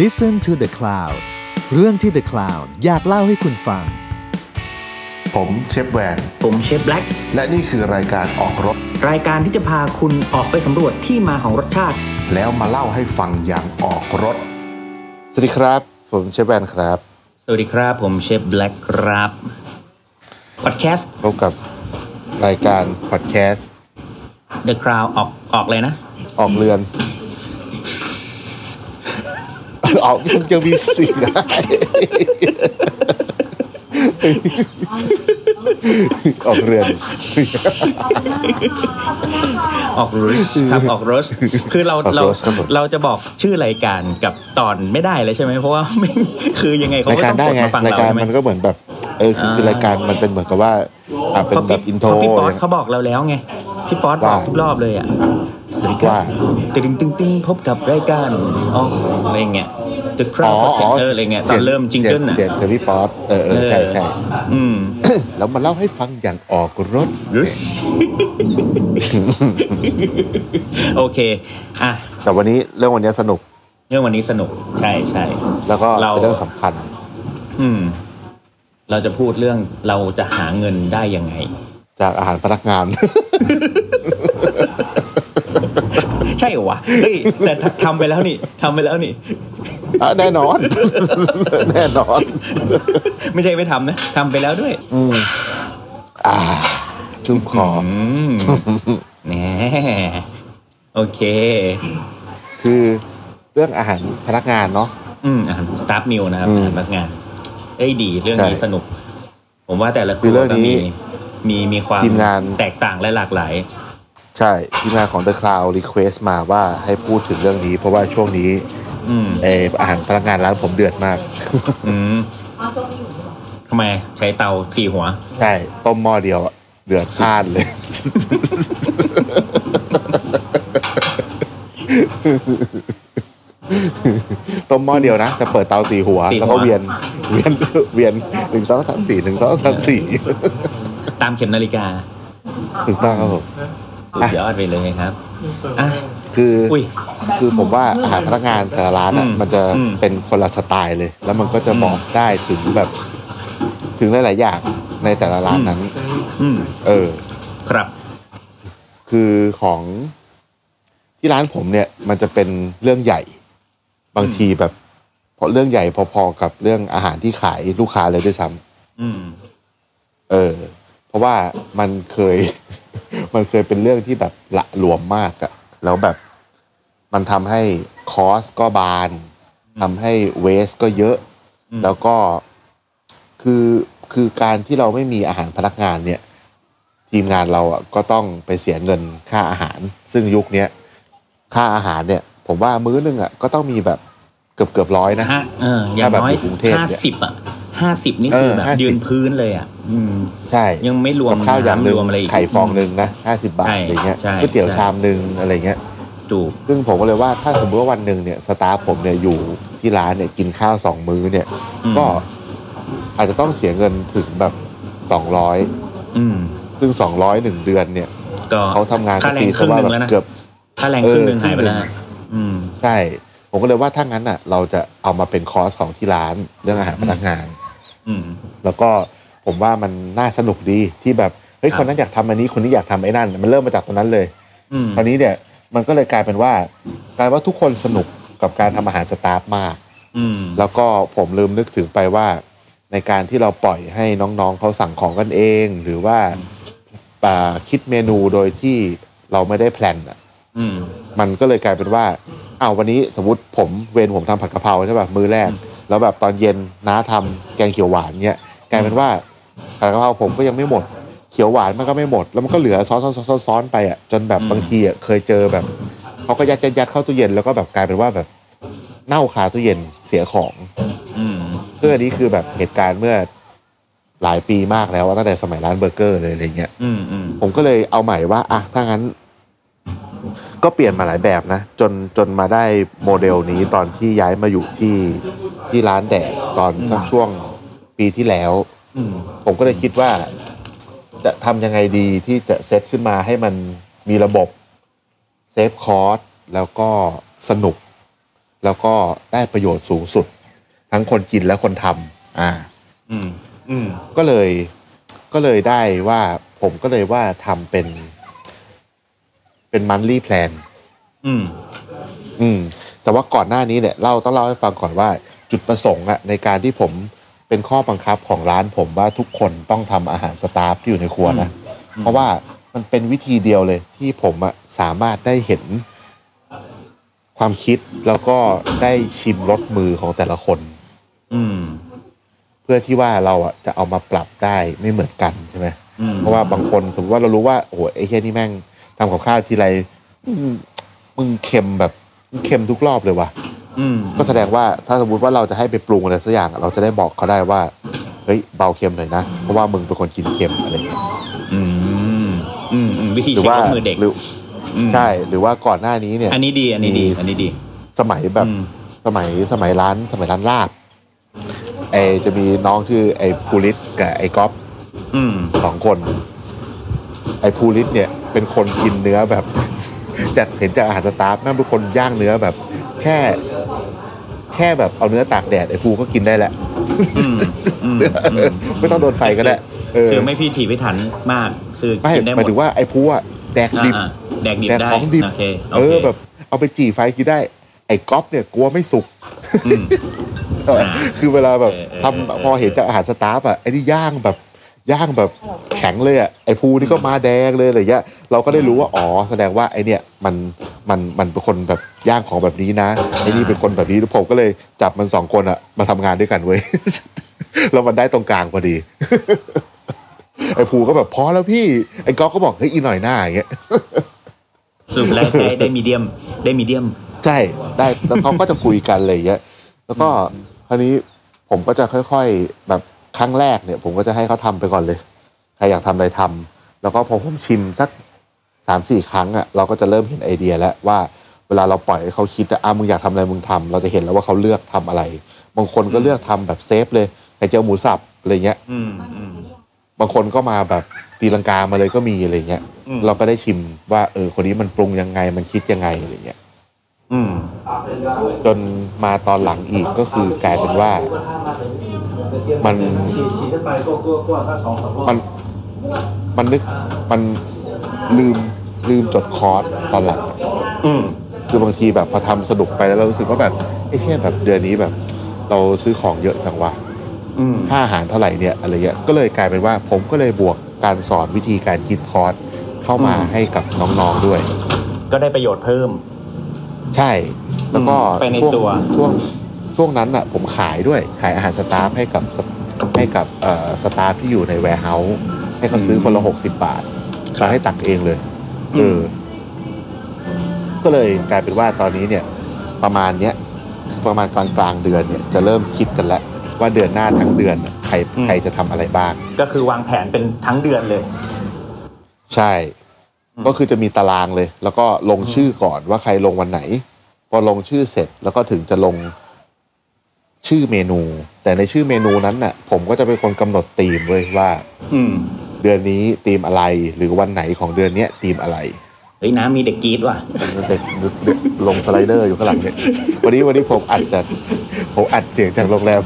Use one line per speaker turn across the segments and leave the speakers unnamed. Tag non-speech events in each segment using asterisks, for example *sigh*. Listen to the Cloud เรื่องที่ The Cloud อยากเล่าให้คุณฟัง
ผมเชฟแวน
ผมเชฟแบล็ก
และนี่คือรายการออกรถ
รายการที่จะพาคุณออกไปสำรวจที่มาของรสชาติ
แล้วมาเล่าให้ฟังอย่างออกรถ สวัสดีครับ ผมเชฟแวนครับ
สวัสดีครับ ผมเชฟแบล็กครับพอดแคสต์
พบกับรายการพอดแคสต์
The Crown ออกออกเลยนะ
ออกเรือน ออกยังมีเสียงออกเรือน
ออกรุสครับ ออกรุ
*laughs*
สคือเรา
ออก
เรา
รสครับผม
เราจะบอกชื่อรายการกับตอนไม่ได้เลยใช่ไหมเพราะว่าไม่คือยังไงเขา
ราย
ก็
การ
ต้อง
ได้
กด
ไง
มาฟัง
ราย
เรา
การ
ใช่ไหม
มันก็เหมือนแบบ เออคือคือ
อ่าร
รายการมันเป็นเหมือนกับว่าอ่ะเป็น
เพราะ
แบบ
พี่
อินโทร
เพราะพี่ป๊อตเขาบอกเราแล้วไง พี่ป๊อตบ
ว่า
อกทุกรอบเลยอ่ะสวัสดีครั
ว่า
บตึงตึงตึงพบกับรายการออกอะไรเงี้ย The
อ๋
Crown
อ
Podcast เอออะไรเงี้ยตอนเริ่มจิงเกิล
อ่ะ
อ่ะ
เสียงเสียงพี่ป๊อตเออเออใช่ใช่
อืม
แล้วมาเล่าให้ฟังอย่างออกรถ
รุ *laughs* สโอเค อ่ะ
แต่วันนี้เรื่องวันนี้สนุก
เรื่องวันนี้สนุก ใช่ใช่
แล้วก็
เรา
เป็นเรื่องสำคัญ
อืม เราจะพูดเรื่องเราจะหาเงินได้ยังไง
จากอาหารพนักง *laughs* าน
ใช่เหรอวะ เฮ้ย แต่ททำไปแล้วนี่ทำไปแล้วนี่
อ่ะแน่นอน *laughs* แน่นอน
ไม่ใช่ไม่ทำนะทำไปแล้วด้วย
อืมอ่า ชุ่มคออ
อืม *laughs* แหมโอเค
คือเรื่องอาหารพนักงานเนาะ
อืมอาหารสตาฟมิลนะครับ
อืม
อาหารพนักงานเอ้ยดีเรื่องนี้
ใช่
สนุก ผมว่าแต่ละค
คือ
รัว
เรื่อง
ก็
นี้
มีมีมีความ
ทีมงาน
แตกต่างและหลากหลาย
ใช่ทีมงานของ The Cloud Request มาว่าให้พูดถึงเรื่องนี้ เพราะว่าช่วงนี้
อืม
เอออาหารพนักงานร้านผมเดือดมาก
อืมทำไมใช้เตาสี่หัว
ใช่ต้มหม้อเดียวอะเดือดพลาดเลย ต้มหม้อเดียวนะจะเปิดเตาสี่หัว
สี่หัว
แล้วก็เวียน เวียนเวียนหนึ่งสองสามสี่หนึ่งสองสามสี่
ตามเข็มนาฬิกา
ถูกต้องครับผม
สุดยอดไปเลยครับอ่ะ
คืออ
อุ้ย
คือผมว่าอาหารพนักงานแต่ละร้านอ่ะ
อืม
มันจะ
อืม
เป็นคนละสไตล์เลย แล้วมันก็จะ
อืม
บอกได้ถึงแบบ ถึงหลายๆอย่างในแต่ละร้านนั้น
อืม
เออ
ครับ
คือของที่ร้านผมเนี่ย มันจะเป็นเรื่องใหญ่ บางทีแบบเพราะเรื่องใหญ่พอๆกับเรื่องอาหารที่ขายลูกค้าเลยด้วยซ้ำ
อืม
เออ เพราะว่ามันเคย *laughs* มันเคยเป็นเรื่องที่แบบละหลวมมากอะแล้วแบบมันทำให้คอสก็บานทำให้เวสก็เยอะ
อืม
แล้วก็คือคือการที่เราไม่มีอาหารพนักงานเนี่ย ทีมงานเราอ่ะก็ต้องไปเสียเงินค่าอาหาร ซึ่งยุคเนี้ยค่าอาหารเนี่ย ผมว่ามื้อหนึงอ่ะก็ต้องมีแบบเกือบเกือบร้อยนะ
ห้าเอออย่าง
ถ้าแบบ
น้อ
อย ยู่กรุงเทพเนี่ย
ห้าสิบอ่ะห้าสิบนี่คือ
เออ
แบบ
ห้าสิบ
ยืนพื้นเลยอ่ะ อืม
ใช่
ยังไม่รวม
กับข้าวอย่างหนึ่ง
น้ำรวมอะไรอีก
ไข่ฟองหนึ่งนะห้าสิบาท
ใช่
อะไรเงี้ย
ใช่
ก๋วยเตี๋ยว
ใช่
ชามหนึ่งอะไรเงี้ย
ถูก
ซึ่งผมก็เลยว่าถ้าสมมติว่าวันหนึ่งเนี่ยสตาฟผมเนี่ยอยู่ที่ร้านเนี่ยกินข้าวสองมื้อเนี่ย
อืม
ก็อาจจะต้องเสียเงินถึงแบบสองร้อย
อืม
ซึ่งสองร้อยหนึ่งเดือนเนี่ย
ก็
เขาทำงาน
ค่าแรง
ตี
ครึ่ง
ว่า
หนึ่ง
แบบ
แล้วนะ
เกือบ
ค่าแรง
เอ
ค
อ
รึ่งหนึ่งหายไป
ครึ่
แล้ว
งหนึ่ง
นะอืม
ใช่ ผมก็เลยว่าถ้างั้นอ่ะ เราจะเอามาเป็นคอร์สของที่ร้านเรื่องอาหารพนักงาน
อืม
แล้วก็ผมว่ามันน่าสนุกดีที่แบบเฮ้ย
ครับ
คนนั้นอยากทำอันนี้คนนี้อยากทำไอ้นั่น มันเริ่มมาจากตรงนั้นเลย
อืม
คราวนี้เนี่ยมันก็เลยกลายเป็นว่ากลายว่าทุกคนสนุกกับการทำอาหารสตาฟมาก
อืม
แล้วก็ผมลืมนึกถึงไปว่า ในการที่เราปล่อยให้น้องๆเขาสั่งของกันเอง หรือว่าอ่าคิดเมนูโดยที่เราไม่ได้แพลนอ่ะ
อืม
มันก็เลยกลายเป็นว่า อ้าววันนี้สมมติผมเวรผมทำผัดกะเพราใช่ป่ะมื้อแรก แล้วแบบตอนเย็นน้าทำแกงเขียวหวานเนี้ยกลายเป็นว่าผัดกะเพราผมก็ยังไม่หมด เขียวหวานมันก็ไม่หมด แล้วมันก็เหลือซ้อนซ้อนซ้อนซ้อนไปอ่ะจนแบบ
อืม
บางทีอ่ะเคยเจอแบบเขาก็ยัดยัดยัดเข้าตู้เย็นแล้วก็แบบกลายเป็นว่าแบบเน่าคาตู้เย็นเสียของ
อืม
ซึ่งอันนี้คือแบบเหตุการณ์เมื่อหลายปีมากแล้วตั้งแต่สมัยร้านเบอร์เกอร์เลยอะไรเงี้ย
อืมอืม
ผมก็เลยเอาใหม่ว่าอ่ะถ้างั้น ก็เปลี่ยนมาหลายแบบนะ จนจนมาได้โมเดลนี้ตอนที่ย้ายมาอยู่ที่ที่ร้านแดดตอนสัก
อืม
ช่วงปีที่แล้ว
อืม
ผมก็เลยคิดว่า จะทำยังไงดีที่จะเซตขึ้นมาให้มันมีระบบเซฟคอร์สแล้วก็สนุก แล้วก็ได้ประโยชน์สูงสุด ทั้งคนกินและคนทำอ่า
อืม อืม
ก็เลยก็เลยได้ว่าผมก็เลยว่าทำเป็น เป็นมันลี่แพลน
อืม
อืม แต่ว่าก่อนหน้านี้เนี่ยเล่าต้องเล่าให้ฟังก่อนว่า จุดประสงค์อะในการที่ผมเป็นข้อบังคับของร้านผมว่าทุกคนต้องทำอาหารสตาฟที่อยู่ในครัวนะ
อืม
เพราะว่ามันเป็นวิธีเดียวเลย ที่ผมอะสามารถได้เห็น ความคิดแล้วก็ได้ชิมรสมือของแต่ละคน
อืม
เพื่อที่ว่าเราอะจะเอามาปรับได้ไม่เหมือนกันใช่ไหม
อืม
เพราะว่าบางคนสมมติว่าเรารู้ว่าโอ้โหไอ้เค่นี่แม่งทำกับข้าวทีไรอืมมึงเค็มแบบมึงเค็มทุกรอบเลยว่ะ
อืม
ก็แสดงว่าถ้าสมมติว่าเราจะให้ไปปรุงอะไรสักอย่างอะเราจะได้บอกเขาได้ว่าเฮ้ยเบาเค็มหน่อยนะเพราะว่ามึงเป็นคนกินเค็มอะไรอย่างเงี้ย
อืมอืมอืมวิธี
หรื
เช็ค
ว่า
ลบมือเด็ก
หรือ
อืม
ใช่หรือว่าก่อนหน้านี้เนี่ย
อันนี้ดี อันนี้ดี
มี
อันนี้ดี
สมัยแบบ
อืม
สมัยสมัยร้าน สมัยร้านลาบไอจะมีน้องชื่อไอภูริศกับไอก๊อฟ
อืม
สองคน ไอ้ภูริสเนี่ยเป็นคนกินเนื้อแบบ *laughs* จากเห็นจากอาหารสตาฟแม่งเป็นคนย่างเนื้อแบบ แค่ แค่แบบเอาเนื้อตากแดดไอ้ภูก็กินได้แหละ
อืมอืมอืม
ไม่ต้องโดนไฟก็ได้เออ
คือไม่พิถีพิถันมาก คือ
ไม่
กินได้ห
ห
ม
มาย
ด
ถึงว่าไอ้ภูอะแดกดิบ
อ่าๆแดกดิบ
แดก
ได้
ของดิบ
โอเค
เออแบบ เอาไปจี่ไฟกินได้ ไอ้ก๊อฟเนี่ยกลัวไม่สุก
อืม อ่า
*laughs* คือเวลาแบบ
เออเออ
ทำ
เออ
พอเห็นจากอาหารสตาฟอะไอ้นี่ย่างแบบย่างแบบแข็งเลยอะไอ้ภูนี่ก็มาแดงเลยอะไรเงี้ยเราก็ได้รู้ว่าอ๋อแสดงว่าไอ้เนี่ยมันมันมันเป็นคนแบบย่างของแบบนี้นะไอ้นี่เป็นคนแบบนี้ผมก็เลยจับมันสองคนอะมาทำงานด้วยกันเว้ย *laughs* แล้วมันได้ตรงกลางพอดี *laughs* ไอ้ภูก็แบบพอแล้วพี่ไอ้ก๊อกก็บอกเฮ้ยอีกหน่อยหน้าอย่างเงี้ย
สรุปแล้วได้ได้มีเดียมได้มีเดียม
ใช่ได้แล้วเขาก็จะคุยกันอะไรอย่างเงี้ยแล้วก็คราวนี้ผมก็จะค่อยๆแบบครั้งแรกเนี่ย ผมก็จะให้เขาทำไปก่อนเลย ใครอยากทำอะไรทำแล้วก็พอผมชิมสักสามสี่ครั้งอะ่ะเราก็จะเริ่มเห็นไอเดียแล้วว่าเวลาเราปล่อยให้เขาคิดอะอ่ะมึงอยากทำอะไรมึงทำเราจะเห็นแล้วว่าเขาเลือกทำอะไร บางคนก็เลือกทำแบบเซฟเลยไข่เจียวหมูสับอะไรเงี้ย
อืมอืม
บางคนก็มาแบบตีลังกามาเลยก็มีอะไรเงี้ย
อืม
เราก็ได้ชิมว่าเออคนนี้มันปรุงยังไงมันคิดยังไงอะไรเงี้ย
อืม
จนมาตอนหลังอีกก็คือกลายเป็นว่า มัน มันมันนึกมันลืมลืมจดคอร์สตอนหลังอะ
อืม
คือบางทีแบบพอทำสนุกไปแล้วเรารู้สึกว่าแบบไอ้เชี่ยแบบเดือนนี้แบบ เราซื้อของเยอะจังวะ
อืม
ค่าอาหารเท่าไหร่เนี่ยอะไรเงี้ยก็เลยกลายเป็นว่า ผมก็เลยบวกการสอนวิธีการคิดคอร์สเข้ามาให้กับน้องๆด้วย
ก็ได้ประโยชน์เพิ่ม
ใช่ แล้วก็
อืมไปใน
ช่วง
ตัว
ช่วงช่วงนั้นอ่ะ ผมขายด้วยขายอาหารสตาฟให้กับสให้กับเอ่อสตาฟที่อยู่ในแวร์เฮาส์ให้เขาซื้อคนละหกสิบบาทมาให้ตักเองเลยเอออก็เลยกลายเป็นว่าตอนนี้เนี่ย ประมาณเนี้ยประมาณกลางกลางๆเดือนเนี่ยจะเริ่มคิดกันแล้ว ว่าเดือนหน้าทั้งเดือนน่ะใคร
อืม
ใครจะทำอะไรบ้าง
ก็คือวางแผนเป็นทั้งเดือนเลย
ใช่
อืม
ก็คือจะมีตารางเลย แล้วก็ลงชื่อก่อนว่าใครลงวันไหน พอลงชื่อเสร็จแล้วก็ถึงจะลงชื่อเมนู แต่ในชื่อเมนูนั้นน่ะ ผมก็จะเป็นคนกำหนดธีมเว้ยว่า
อืม
เดือนนี้ธีมอะไรหรือวันไหนของเดือนเนี้ยธีมอะไร
เฮ้ยน้ำมีเด็กกรีดว่ะ
เด็กเด็กลงสไลเดอร์อยู่ข้างหลังเนี่ยวันนี้วันนี้ผมอัดจากผมอัดเสียงจากโรงแรม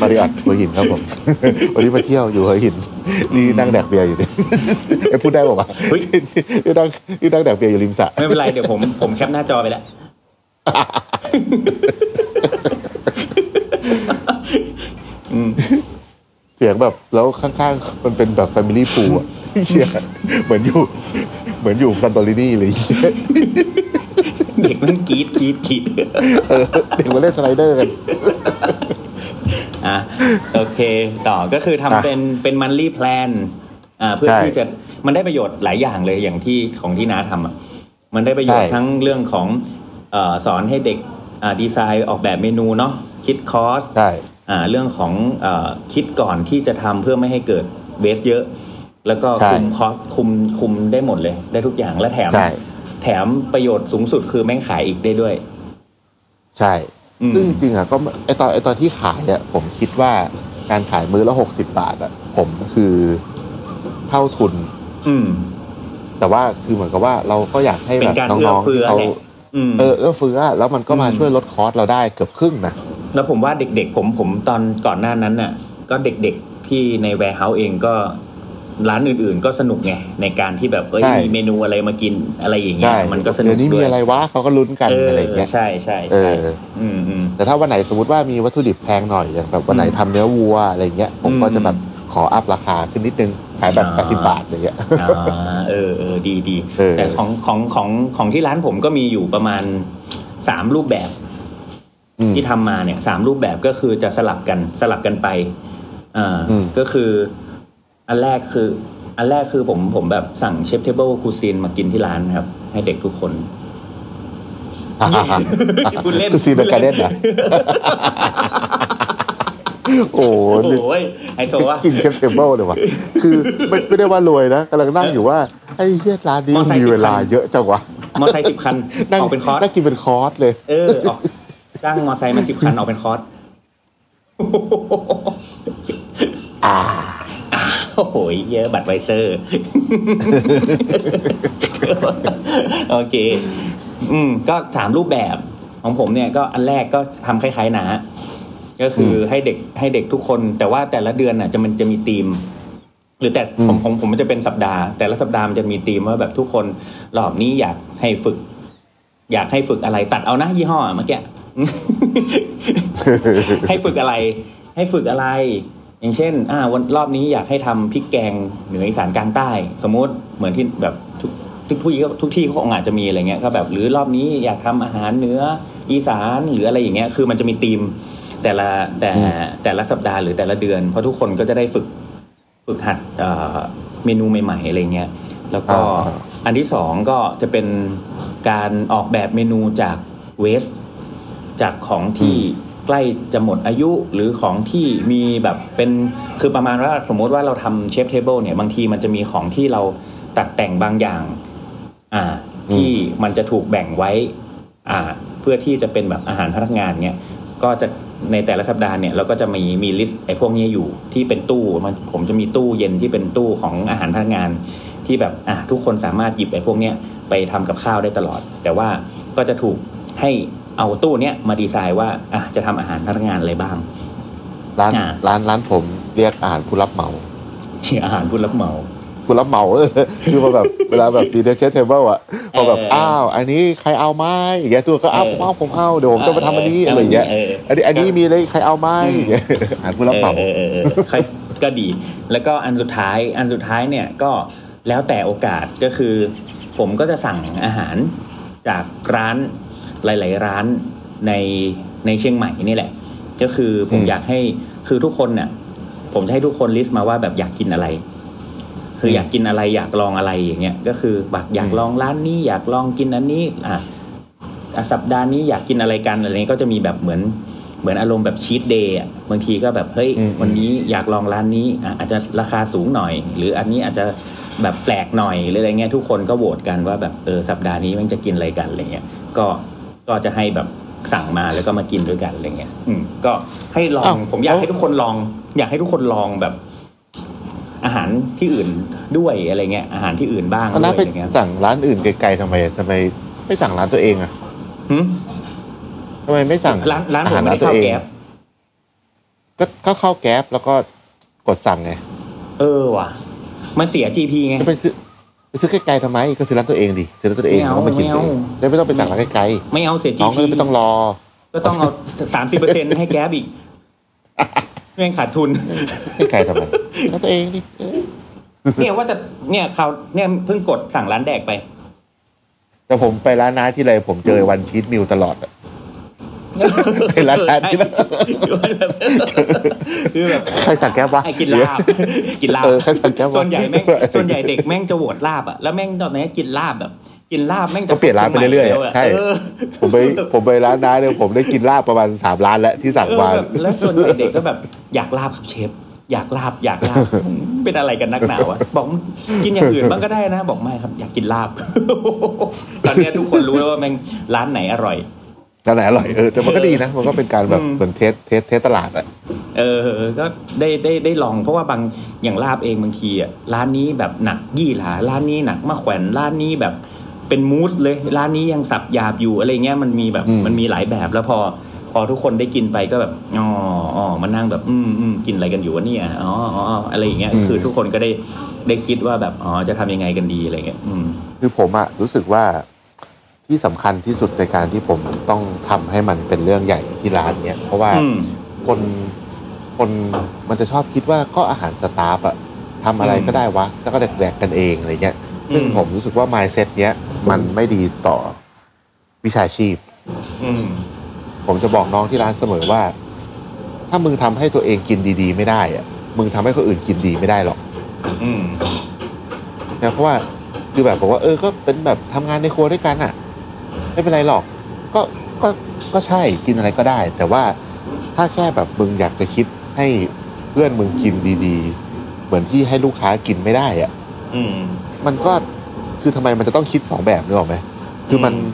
มาริออตหัวหินครับผม วันนี้มาเที่ยวอยู่หัวหินนี่นั่งแดกเบียร์อยู่เนี่ยเอ้ยพูด *laughs* ได้ป่าวะ
เฮ้ย
*laughs* นี่นั่งนี่นั่งแดกเบียร์อยู่ริมสระ
ไม่เป็นไรเดี๋ยวผม *laughs* ผมแคปหน้าจอไปแล้ว อืม
เสียงแบบแล้วข้างๆ มันเป็นแบบแฟมิลี่พูลอะ *laughs* เชี่ยเหมือนอยู่ เหมือนอยู่ซันโตรินีเลย *laughs*
เด็กมันกรีดกรีดกรีด *laughs*
เออเด็กมาเล่นสไลเดอร์กัน
อ่ะโอเค ต่อก็คือทำ
อ่ะ
เป็นเป็นมันรีแพลนอ่าเพื่อ
ใช่
ที่จะมันได้ประโยชน์หลายอย่างเลยอย่างที่ของที่น้าทำอ่ะมันได้ประโยชน์
ใช่
ทั้งเรื่องของเอ่อสอนให้เด็กอ่าดีไซน์ออกแบบเมนูเนาะคิดคอส
ใช่
อ่าเรื่องของเออคิดก่อนที่จะทำเพื่อไม่ให้เกิดเวสเยอะ แล้วก็
ใช่
คุมคอสคุมคุมได้หมดเลย ได้ทุกอย่างและแถม
ใช่
แถมประโยชน์สูงสุดคือแม่งขายอีกได้ด้วย
ใช่
อืม
ซึ่งจริงๆอ่ะก็ไอตอนไอตอนที่ขายอ่ะผมคิดว่าการขายมือละหกสิบาทอ่ะผมคือเท่าทุน
อืม
แต่ว่าคือเหมือนกับว่าเราก็อยากให้แบ
เป็
บ
นการ
น้
เอื้อ
องๆ
เฟื้
ที่
อ
เขา
แหละ อืม
เออเอื้อเฟื้อแล้วมันก็มา
อืม
ช่วยลดคอสเราได้เกือบครึ่งนะ
แล้วผมว่าเด็กๆ ผมผมตอนก่อนหน้านั้นน่ะ ก็เด็กๆที่ในแวร์เฮาส์เองก็ร้านอื่นๆ ก็สนุกไง ในการที่แบบเอ้ย
ใช่
มีเมนูอะไรมากินอะไรอย่างเงี้ย
ใช่
มันก็สนุ
เดี๋
ก
ยวนี้มี
ด้วย
อะไรวะเขาก็ลุ้นกัน
เออ
อะไรอย่างเงี้ย
ใช่ใช่
เอ
ใช่
อ
อืมอืม
แต่ถ้าวันไหนสมมติว่ามีวัตถุดิบแพงหน่อยอย่างแบบวันไหน
อืม
ทำเนื้อวัวอะไรเงี้ยผมก็จะแบบขออัพราคาขึ้นนิดนึงขายแบบ
อ่า
แปดสิบบาทอะไรเงี้ย
อ่าเออเออดีดี
เออ
แต่ของของของของที่ร้านผมก็มีอยู่ประมาณสามรูปแบบ
อืม
ที่ทำมาเนี่ยสามรูปแบบก็คือจะสลับกันสลับกันไปอ่า
อืม
ก็คือ อันแรกคือ อันแรกคือผมผมแบบสั่งเชฟเทเบิลคูซีนมากินที่ร้านครับ ให้เด็กทุกคน
อ่าฮะฮะ
คุณเล่น
คือซีน
คุณเล่น
การ์เด้นเหรอ โอ้โห
โอ้โหไอโซว่า
กินเชฟเทเบิลเลยว่ะคือไม่ไม่ได้ว่ารวยนะกำลังนั่งอยู่ว่าไอ้เฮียร้านนี้
มอไซค์
มีเวลา
สิบคัน
เยอะจังวะ
มอไซค์สิบคัน
นั่ง
ออกเป็นคอร์ส
นั่งกินเป็นคอร์สเลย
เออออกจ้างมอไซค์มาสิบคันออกเป็นคอร์ส
อ่า
โอ้โหเยอะบัตรไวเซอร์ *laughs* โอเค อืม ก็สามรูปแบบของผมเนี่ยก็อันแรกก็ทำคล้ายๆนะฮะก็คืออให้เด็กให้เด็กทุกคน แต่ว่าแต่ละเดือนน่ะจะมันจะมีธีม หรือแต่
อืม
ผมผมผมมันจะเป็นสัปดาห์ แต่ละสัปดาห์มันจะมีธีมว่าแบบทุกคนรอบนี้อยากให้ฝึก อยากให้ฝึกอะไรตัดเอานะยี่ห้อเมื่อกี้
*laughs*
ให้ฝึกอะไร ให้ฝึกอะไร อย่างเช่น อ่า วันรอบนี้อยากให้ทำพริกแกงเหนืออีสานกลางใต้ สมมติเหมือนที่แบบทุกทุกที่ก็ทุกที่ก็คงอาจจะมีอะไรเงี้ยก็แบบหรือรอบนี้อยากทำอาหารเหนืออีสานหรืออะไรอย่างเงี้ย คือมันจะมีธีมแต่ละแต่แต่ละสัปดาห์หรือแต่ละเดือน เพราะทุกคนก็จะได้ฝึก ฝึกหัดเอ่อเมนูใหม่ๆอะไรเงี้ย แล้วก็
อ่า
อันที่สองก็จะเป็นการออกแบบเมนูจากเวสจากของที่ใกล้จะหมดอายุหรือของที่มีแบบเป็นคือประมาณว่าสมมติว่าเราทำเชฟเทเบิลเนี่ยบางทีมันจะมีของที่เราตัดแต่งบางอย่าง อ่า ที่มันจะถูกแบ่งไว้ อ่า เพื่อที่จะเป็นแบบอาหารพนักงานเนี่ย ก็จะในแต่ละสัปดาห์เนี่ยเราก็จะมีมีลิสต์ไอ้พวกเนี้ยอยู่ที่เป็นตู้มันผมจะมีตู้เย็นที่เป็นตู้ของอาหารพนักงาน ที่แบบอ่ะทุกคนสามารถหยิบไอ้พวกเนี้ยไปทำกับข้าวได้ตลอด แต่ว่าก็จะถูกให้เอาตู้เนี้ยมาดีไซน์ว่าอ่ะจะทำอาหารพนักงานอะไรบ้าง *laughs*
ร้าน
อ่า
ร้านร้านผมเรียกอาหารผู้รับเหมา
เชื่ออาหารผู้รับเหมา
กูรับเหมาเออคือพอแบบ เวลาแบบดีเดชเทเบิลอะพอแบบ
เออ
อ้าวอันนี้ใครเอาไหมอย่างเงี้ยตัวก็เอา
เอ
ผ
อ
มเอาผมเอาเดี๋ยวผมจะมาทำอันนี้อะไรอย่างเงี้ยอันนี้อันนี้มีอะไรใครเอาไหมอย่างเงี้ยอ่านผู้รับเหมา
เออเออเออเออค่อย *laughs* ก็ดี แล้วก็อันสุดท้าย อันสุดท้ายเนี่ยก็แล้วแต่โอกาสก็คือ ผมก็จะสั่งอาหารจากร้านหลาย ๆ ร้านในในเชียงใหม่นี่แหละ ก็คือผมอยากให้คือทุกคนเนี่ยผมจะให้ทุกคนลิสต์มาว่าแบบอยากกินอะไร คืออยากกินอะไรอยากลองอะไรอย่างเงี้ยก็คือแบบอยากลองร้านนี้อยากลองกินอันนี้อ่ะอ่ะสัปดาห์นี้อยากกินอะไรกันอะไรเงี้ยก็จะมีแบบเหมือนเหมือนอารมณ์แบบชีตเดย์บางทีก็แบบเฮ้ยวันนี้อยากลองร้านนี้อ่ะอาจจะราคาสูงหน่อย หรืออันนี้อาจจะแบบแปลกหน่อยหรืออะไรเงี้ยทุกคนก็โหวตกันว่าแบบเออสัปดาห์นี้มันจะกินอะไรกันอะไรเงี้ยก็ก็จะให้แบบสั่งมาแล้วก็มากินด้วยกันอะไรเงี้ยอืมก็ให้ลองผมอยากให้ทุกคนลอง อยากให้ทุกคนลองแบบ อาหารที่อื่นด้วยอะไรเงี้ยอาหารที่อื่นบ้างด้
ก็
วย
น่า
อะ
ไป
ไรเงี้ย
สั่งร้านอื่นไกลๆทำไมทำไมไม่สั่งร้านตัวเองอะ
หึ
ทำไมไม่สั่ง
ร้านร้าน
อา
ผม
หาร
ไม่
ร้าน
ได้
ตัว
เข้า
เอง
แก๊บ
ก็ก็เข้าแก๊ปแล้วก็กดสั่งไง
เออว่ะ มันเสีย GP ไง
จะไปซื้อไปซื้อไกลๆทำไมก็ซื้อร้านตัวเองดิซื้อร้านตัวเอง
ไม่
แล้ว
เอา
ก็มากิน
ไม่
เอ
เอา
งแล้วไม่ต้องไปสั่งร้านไกล
ไม่เอาเสีย
ๆน้องก็
GP
เลยไม่ต้องรอ
ก็ต้องเอาสามสิบเปอร์เซ็นต์ให้แก๊บ
*laughs*
อีกแม่งขาดทุน
ไกลๆทำไมร้านตัวเองดิเออ
เนี่ยว่าจะเนี่ยเขาวเนี่ยเพิ่งกดสั่งร้านแดกไป
แต่ผมไปร้านน้าที่ไรผมเจอวันชีตมิวตลอดอะ ไอ้ร้านแดกนี่นะ
คือแบบ
ใครสั่งแก๊บวะ
ไอ้กินลาบ กินลาบ
เออใครสั่งแก๊ปวะ
ส่วนใหญ่แม่งส่วนใหญ่เด็กแม่งจะโหวตลาบอะแล้วแม่งตอนนี้กินลาบแบบกินลาบแม่งจะ
ก็เปลี่ยนร้านไปเรื่อยๆอะ
แล้วะ
ใช่
เออ
ผมไปผมไปร้านน้าเนี่ยผมได้กินลาบประมาณสามร้านแล้วที่สั่ง
เออ
มา
แบบแล้วส่วนใหญ่เด็กก็แบบอยากลาบครับเชฟอยากลาบอยากลาบเป็นอะไรกันนักหนาวะบอกกินอย่างอื่นบ้างก็ได้นะ บอกไม่ครับอยากกินลาบ ตอนเนี้ยทุกคนรู้แล้วว่าแม่งร้านไหนอร่อย
ร้านไหนอร่อยเออแต่มันก็ดีนะ มันก็เป็นการแบบ
อืม
เหมือนเทสเทสเทสตลาดอะ
เออ ก็ได้ได้ได้ลองเพราะว่าบางอย่างลาบเองบางทีอ่ะร้านนี้แบบหนักยี่หลาร้านนี้หนักมะแขวนร้านนี้แบบ เป็นมูสเลยร้านนี้ยังสับหยาบอยู่อะไรเงี้ยมันมีแบบ
อืม
มันมีหลายแบบแล้วพอ พอทุกคนได้กินไปก็แบบอ๋ออ๋อมานั่งแบบ อืมอืมกินอะไรกันอยู่วะเนี่ยอ๋ออ๋ออ๋ออะไรอย่างเงี้ย
อืม
คือทุกคนก็ได้ได้คิดว่าแบบอ๋อจะทำยังไงกันดีอะไรเงี้ยอืม
คือผมอะรู้สึกว่าที่สำคัญที่สุดในการที่ผมต้องทำให้มันเป็นเรื่องใหญ่ที่ร้านเนี้ยเพราะว่า
อืม
คนคนมันจะชอบคิดว่าก็อาหารสตาฟอะทำอะไรก็ได้วะ แล้วก็แดกๆกันเองอะไรเงี้ยซึ่ง
อืม
ผมรู้สึกว่า mindset เนี้ยมันไม่ดีต่อวิชาชีพ
อืม
ผมจะบอกน้องที่ร้านเสมอว่า ถ้ามึงทำให้ตัวเองกินดี ๆ ไม่ได้อะมึงทำให้คนอื่นกินดีไม่ได้หรอก
อืม
นะเพราะว่าคือแบบบอกว่าเออก็เป็นแบบทำงานในครัวด้วยกันอ่ะ ไม่เป็นไรหรอก ก็ก็ก็ใช่กินอะไรก็ได้ แต่ว่าถ้าแค่แบบมึงอยากจะคิดให้เพื่อนมึงกินดีๆ เหมือนที่ให้ลูกค้ากินไม่ได้อ่ะ
อืม
มันก็คือทำไมมันจะต้องคิดสองแบบนึกออกไหมคือมัน
อืม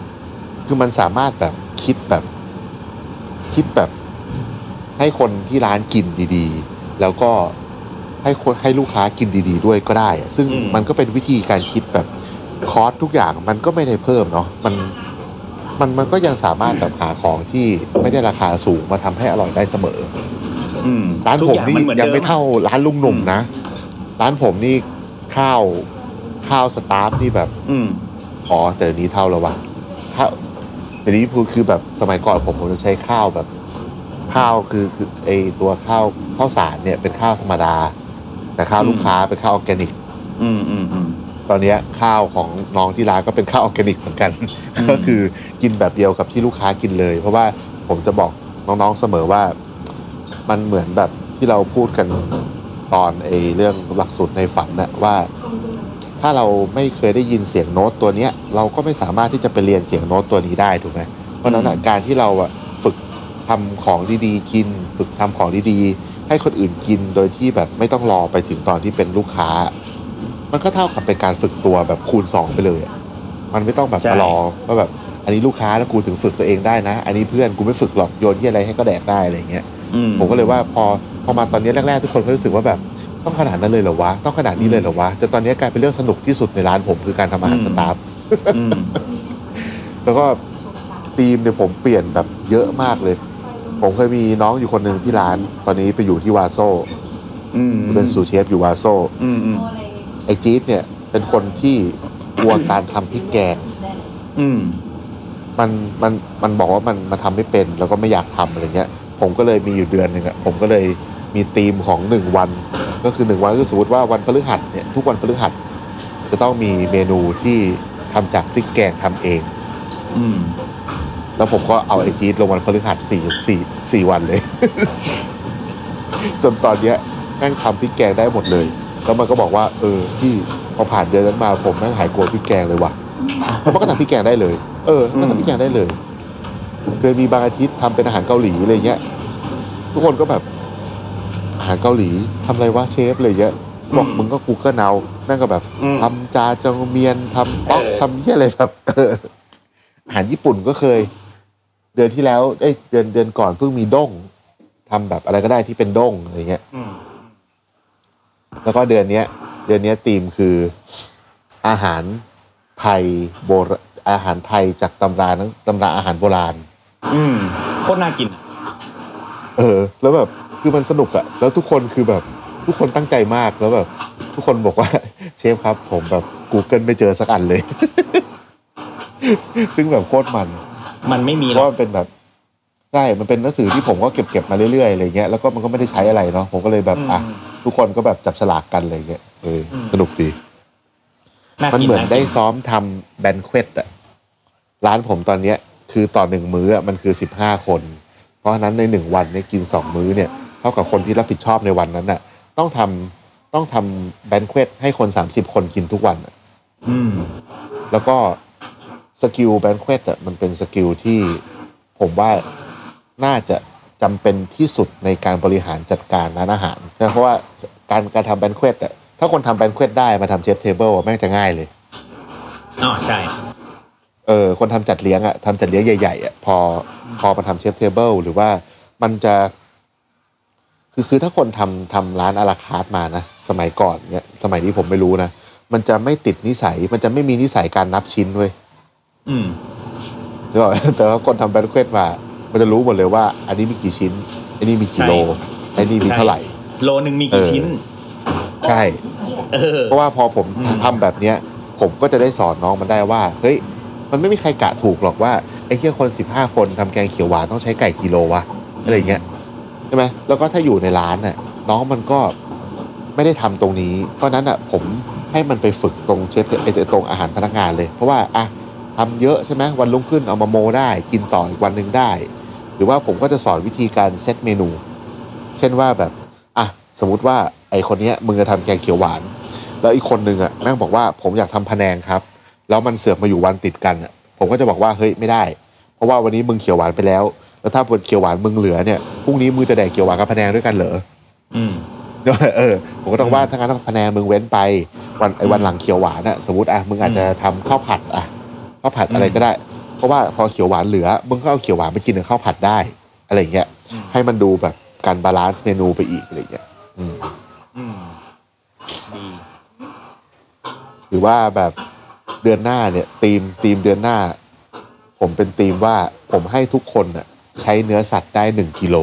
คือมันสามารถแบบคิดแบบ คิดแบบ ให้คนที่ร้านกินดีๆ แล้วก็ให้คนให้ลูกค้ากินดี ๆ ด้วยก็ได้อะซึ่งมันก็เป็นวิธีการคิดแบบคอสทุกอย่างมันก็ไม่ได้เพิ่มเนาะมันมันมันก็ยังสามารถแบบหาของที่ไม่ได้ราคาสูงมาทำให้อร่อยได้เสมอ
อืม
ร้าน
ทุก
ผม
อย่
นี่
เหอ
ยังไม่
ดิอะ
เท่าร้านลุงหนุ่ม
อืม
นะ ร้านผมนี่ข้าวข้าวสตาฟนี่แบบ
อืม
อ๋อแต่เดี๋ยวนี้เท่าแล้ววะข้าวเดี๋ยวนี้คือแบบสมัยก่อนผมผมจะใช้ข้าวแบบ ข้าวคือคือไอตัวข้าวข้าวสารเนี่ยเป็นข้าวธรรมดา แต่ข้าว
อืม
ลูกค้าเป็นข้าวออร์แกนิก
อืมอืมอืม
ตอนเนี้ยข้าวของน้องที่ร้านก็เป็นข้าวออร์แกนิกเหมือนกัน
อืม
ก็คือกินแบบเดียวกับที่ลูกค้ากินเลย เพราะว่าผมจะบอกน้องๆเสมอว่า มันเหมือนแบบที่เราพูดกันตอนไอ้เรื่องหลักสูตรในฝันนะว่า ถ้าเราไม่เคยได้ยินเสียงโน้ตตัวเนี้ย เราก็ไม่สามารถที่จะไปเรียนเสียงโน้ตตัวนี้ได้ถูกไหมเพราะฉะนั้นอะการที่เราอะฝึกทำของดีๆกิน ฝึกทำของดีๆให้คนอื่นกินโดยที่แบบไม่ต้องรอไปถึงตอนที่เป็นลูกค้า มันก็เท่ากับเป็นการฝึกตัวแบบคูณสองไปเลยอะมันไม่ต้องแบบ
ใช่
มารอว่าแบบอันนี้ลูกค้าแล้วกูถึงฝึกตัวเองได้นะ อันนี้เพื่อนกูไม่ฝึกหรอกโยนที่อะไรให้ก็แดกได้อะไรอย่างเงี้ย
อืม
ผมก็เลยว่าพอพอมาตอนนี้แรกๆทุกคนก็รู้สึกว่าแบบต้องขนาดนั้นเลยเหรอวะต้องขนาดนี้เลยเหรอวะจนตอนนี้กลายเป็นเรื่องสนุกที่สุดในร้านผมคือการทำอาหาร
อืม
สตาฟ
อืม
แล้วก็ธีมเนี่ยผมเปลี่ยนแบบเยอะมากเลย ผมเคยมีน้องอยู่คนหนึ่งที่ร้าน ตอนนี้ไปอยู่ที่วาโซ
อืม
เป็นสูเชฟอยู่วาโซ
อืมอืม
ไอจี๊ดเนี่ยเป็นคนที่กลัวการทำพริกแกง
อืม
มันมันมันบอกว่ามันมาทำไม่เป็นแล้วก็ไม่อยากทำอะไรเงี้ย ผมก็เลยมีอยู่เดือนหนึ่งอะผมก็เลยมีธีมของหนึ่งวัน ก็คือหนึ่งวันก็คือสมมติว่าวันพฤหัสเนี่ยทุกวันพฤหัสจะต้องมีเมนูที่ทำจากพริกแกงทำเอง
อืม
แล้วผมก็เอาไอจีดลงวันพฤหัสสี่สี่สี่วันเลย *laughs* จนตอนเนี้ยแม่งทำพริกแกงได้หมดเลย แล้วมันก็บอกว่า เออพี่พอผ่านเดือนนั้นมาผมแม่งหายกลัวพริกแกงเลยว่ะแล้วมันก็ทำพริกแกงได้เลย เออมันก็ทำพริกแกงได้เลย เคยมีบางอาทิตย์ทำเป็นอาหารเกาหลีอะไรเงี้ย ทุกคนก็แบบอาหารเกาหลีทำอะไรวะเชฟอะไรเงี้ยบอก
อืม
มึงก็กูเกิลเอาแม่งก็แบบ
อืม
ทำจาจังเมียนทำป๊อกทำเยี่ยอะไรแบบ *laughs* เออ อาหารญี่ปุ่นก็เคย เดือนที่แล้วเอ้ยเดือนเดือนก่อนเพิ่งมีด้งทำแบบอะไรก็ได้ที่เป็นด้งอะไรเงี้ย
อืม
แล้วก็เดือนเนี้ย เดือนเนี้ยธีมคืออาหารไทยโบราอาหารไทยจากตำราหนังตำราอาหารโบราณ
อืมโคตรน่ากิน
เออ แล้วแบบคือมันสนุกอะแล้วทุกคนคือแบบทุกคนตั้งใจมากแล้วแบบ ทุกคนบอกว่า *laughs* เชฟครับ ผมแบบ Google ไม่เจอสักอันเลย *laughs* ซึ่งแบบโคตรมัน
มันไม่มีห
เพ
ร
ราะ
อก
ว่ามันเป็นแบบใช่มันเป็นหนังสือที่ผมก็เก็บเก็บมาเรื่อยๆอะไรเงี้ยแล้วก็มันก็ไม่ได้ใช้อะไรเนาะผมก็เลยแบบ
อืม
อ่ะทุกคนก็แบบจับฉลากกันอะไรเงี้ยเอออ
ม
สนุกดี
น่า
มัน
กิน
เหมือน
น่ากิ
ได้ซ้อมทำแบนเควตอะร้านผมตอนเนี้ย คือต่อหนึ่งมื้ออะมันคือสิบห้าคน เพราะฉะนั้นในหนึ่งวันเนี่ยกินสองมื้อเนี่ยเท่ากับคนที่รับผิดชอบในวันนั้นน่ะ ต้องทำต้องทำแบนเควตให้คนสามสิบคนกินทุกวันอะ
อืม
แล้วก็สกิลแบนเควตอ่ะมันเป็นสกิลที่ผมว่าน่าจะจำเป็นที่สุดในการบริหารจัดการร้านอาหารนะเพราะว่าการการทำแบนเควตอ่ะถ้าคนทำแบนเควตได้มาทำเชฟเทเบิลอ่ะแม่งจะง่ายเลย
อ๋อใช่
เออคนทำจัดเลี้ยงอ่ะทำจัดเลี้ยงใหญ่ๆอ่ะพอพอมาทำเชฟเทเบิลหรือว่ามันจะ คือคือถ้าคนทำทำร้านอาราคาร์ทมานะ สมัยก่อนเนี่ยสมัยนี้ผมไม่รู้นะ มันจะไม่ติดนิสัย มันจะไม่มีนิสัยการนับชิ้นเว้ย
อืม
หรือเปล่า *laughs* แต่ว่าคนทำแบนเควตมา มันจะรู้หมดเลยว่า อันนี้มีกี่ชิ้น อันนี้มีกี่โลอันนี้มีเท่าไหร่
โลนึงมีกี่ชิ้น
ใช่
เออ
เพราะว่าพอผม
อืม
ทำแบบเนี้ย ผมก็จะได้สอนน้องมันได้ว่า เฮ้ย มันไม่มีใครกะถูกหรอกว่าไอ้เคี่ยคนสิบห้าคนทำแกงเขียวหวานต้องใช้ไก่กิโลวะอะไรอย่างเงี้ยใช่ไหมแล้วก็ถ้าอยู่ในร้านน่ะ น้องมันก็ไม่ได้ทำตรงนี้ เพราะฉะนั้นอ่ะผมให้มันไปฝึกตรงเชฟไอ้ตรงอาหารพนักงานเลย เพราะว่าอ่ะทำเยอะใช่ไหมวันรุ่งขึ้นเอามาโมได้ กินต่ออีกวันหนึ่งได้ หรือว่าผมก็จะสอนวิธีการเซตเมนู เช่นว่าแบบอ่ะสมมติว่าไอคนเนี้ยมึงจะทำแกงเขียวหวาน แล้วอีกคนนึงอ่ะแม่งบอกว่าผมอยากทำพะแนงครับ แล้วมันเสือกมาอยู่วันติดกันอ่ะ ผมก็จะบอกว่าเฮ้ยไม่ได้ เพราะว่าวันนี้มึงเขียวหวานไปแล้ว แล้วถ้าบนเขียวหวานมึงเหลือเนี่ยพรุ่งนี้มึงจะแดกเขียวหวานกับพะแนงด้วยกันเหรอ *laughs*
อืม
เออผมก็ต้องว่าถ้างั้นต้องพะแนงมึงเว้นไป วันไอ้วันหลังเขียวหวานอ่ะสมมติอ่ะมึงอาจจะทำข้าวผัดอ่ะข้าวผัดอะไรก็ได้ เพราะว่าพอเขียวหวานเหลือมึงก็เอาเขียวหวานไปกินกับข้าวผัดได้อะไรอย่างเงี้ย
อืม
ให้มันดูแบบการบาลานซ์เมนูไปอีกอะไรอย่างเงี้ยอืม
อืม ดี
หรือว่าแบบเดือนหน้าเนี่ยทีมทีมเดือนหน้า ผมเป็นทีมว่าผมให้ทุกคนน่ะใช้เนื้อสัตว์ได้หนึ่งกิโล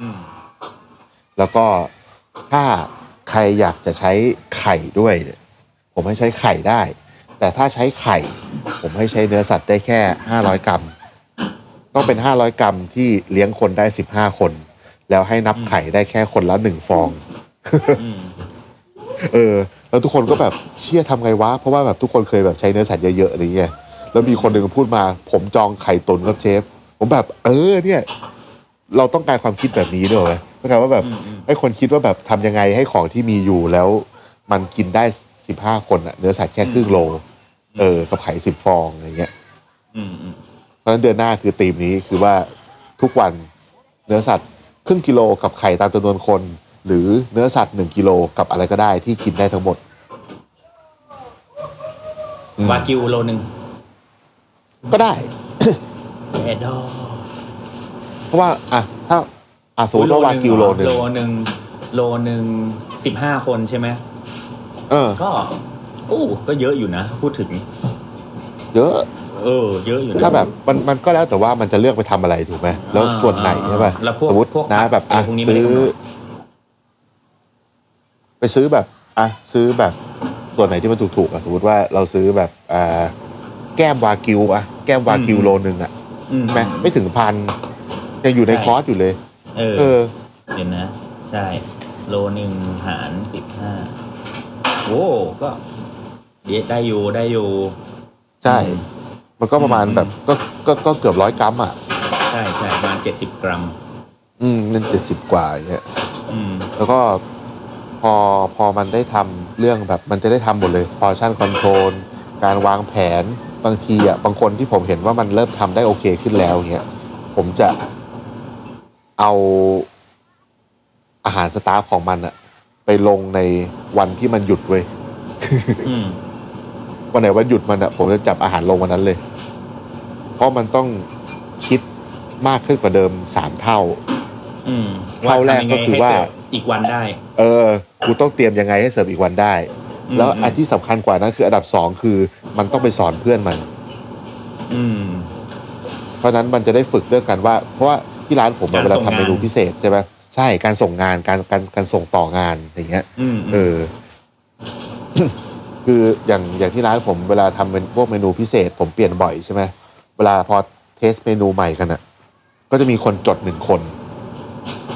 อืม
แล้วก็ถ้าใครอยากจะใช้ไข่ด้วยเนี่ยผมให้ใช้ไข่ได้ แต่ถ้าใช้ไข่ ผมให้ใช้เนื้อสัตว์ได้แค่ห้าร้อยกรัม ต้องเป็นห้าร้อยกรัมที่เลี้ยงคนได้สิบห้าคน แล้วให้นับไข่ได้แค่คนละหนึ่งฟอง
อืม
เออแล้วทุกคนก็แบบเชี่ยทำไงวะ เพราะว่าแบบทุกคนเคยแบบใช้เนื้อสัตว์เยอะๆอะไรเงี้ยแล้วมีคนหนึ่งพูดมา ผมจองไข่ตุนครับเชฟ ผมแบบ เออเนี่ย เราต้องการความคิดแบบนี้ด้วยไหมต้องการว่าแบบ
อืมอืม
ให้คนคิดว่าแบบทำยังไงให้ของที่มีอยู่แล้ว มันกินได้สิบห้าคนอะเนื้อสัตว์แค่ครึ่งโล เออกับไข่สิบฟองอะไรเงี้ย
อืมอืม
เพราะฉะนั้นเดือนหน้าคือธีมนี้คือว่าทุกวันเนื้อสัตว์ครึ่งกิโลกับไข่ตามจำนวนคน หรือเนื้อสัตว์หนึ่งกิโลกับอะไรก็ได้ที่กินได้ทั้งหมดอืม
วากิวโลนึง
ก็ได้
แอดดอ
เพราะว่าอ่ะถ้าอ่ะสมมติว่าวากิวโลหนึ่ง
โลนึงโลนึงสิบห้าคนใช่ไหม
เออ
ก็โอ้ก็เยอะอยู่นะ พูดถึง
เยอะ
เออ เยอะอยู่นะ
ถ้าแบบมันมันก็แล้วแต่ว่ามันจะเลือกไปทำอะไรถูกไหมแล้วส่วนไหนใช่ป่ะ
แล้วพวก
สมมติ
พวก
นะแบบ
อะไร
อ่ะ
พวกนี้ไม่
ซื้อ
ได้กำหนด
ไปซื้อแบบอ่ะซื้อแบบส่วนไหนที่มันถูกๆอ่ะสมมติว่าเราซื้อแบบอ่าแก้มวากิวอ่ะแก้มวากิวโลนึงอ่ะ
อืม
ใช่ไหมไม่ถึงพันยังอยู่ในคอร์สอยู่เลย
เออ
เออ
เดี๋ยวนะ ใช่ โลหนึ่งหารสิบห้าโอ้ก็เยอะได้อยู่ได้อยู่
ใช่ มันก็ประมาณแบบก็ก็ก็เกือบร้อยกรัมอ่ะ
ใช่ใช่ประมาณเจ็ดสิบกรัม
อืมนั่นเจ็ดสิบกว่าอย่างเงี้ย
อืม
แล้วก็พอพอมันได้ทำเรื่องแบบมันจะได้ทำหมดเลยพอชั่นคอนโทรลการวางแผนบางทีอ่ะบางคนที่ผมเห็นว่ามันเริ่มทำได้โอเคขึ้นแล้วเงี้ยผมจะเอาอาหารสตาฟของมันอ่ะ ไปลงในวันที่มันหยุดเว้ย
อืม
วันไหนวันหยุดมันอ่ะผมจะจับอาหารลงวันนั้นเลย เพราะมันต้องคิดมากขึ้นกว่าเดิมสามเท่า
อืม
เข้าแรกก็คือว่า
ทำยังไงให้เสร็จอีกวันได้
เออกูต้องเตรียมยังไงให้เสิร์ฟอีกวันได้
ม
แล้วอันที่สำคัญกว่านั้นคืออันดับสองคือมันต้องไปสอนเพื่อนมัน
อืม
เพราะฉะนั้นมันจะได้ฝึกเรื่องกันว่า เพราะว่าที่ร้านผมอะ
การ
เวลา
ส่งงาน
ทำเมนูพิเศษใช่ไหมใช่การส่งงานการการการส่งต่องานอย่างเงี้ย
อืม
เออ คือ *coughs* อย่างอย่างที่ร้านผมเวลาทำเป็นพวกเมนูพิเศษ ผมเปลี่ยนบ่อยใช่ไหมเวลาพอเทสเมนูใหม่กันอ่ะ ก็จะมีคนจดหนึ่งคน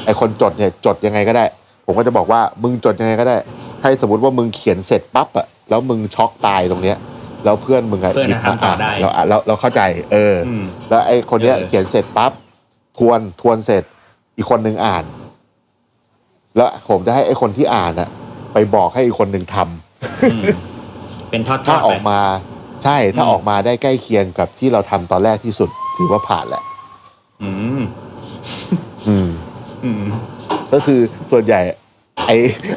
ไอคนจดเนี่ยจดยังไงก็ได้ ผมก็จะบอกว่ามึงจดยังไงก็ได้ ให้สมมติว่ามึงเขียนเสร็จปั๊บอ่ะแล้วมึงช็อกตายตรงเนี้ย แล้วเพื่อนมึงอ่ะ
เพื่อน
หยิบ
อะ
มา
ทำต่
อ่า
อ
น
ได้
แล้วอ่ะแล้วเราเข้าใจ เอออ
อืม
แล้วไอ้คนเนี้ย
เออ
เขียนเสร็จปั๊บทวนทวนเสร็จ อีกคนหนึ่งอ่าน แล้วผมจะให้ไอ้คนที่อ่านอะไปบอกให้อีกคนหนึ่งทำ
อืมเป็นทอดๆ
ถ้าออก
ไป
มาใช่ถ้า
อืม
ออกมาได้ใกล้เคียงกับที่เราทำตอนแรกที่สุด ถือว่าผ่านแหละ
อืม
อืม
อืม
ก็คือส่วนใหญ่ ไอ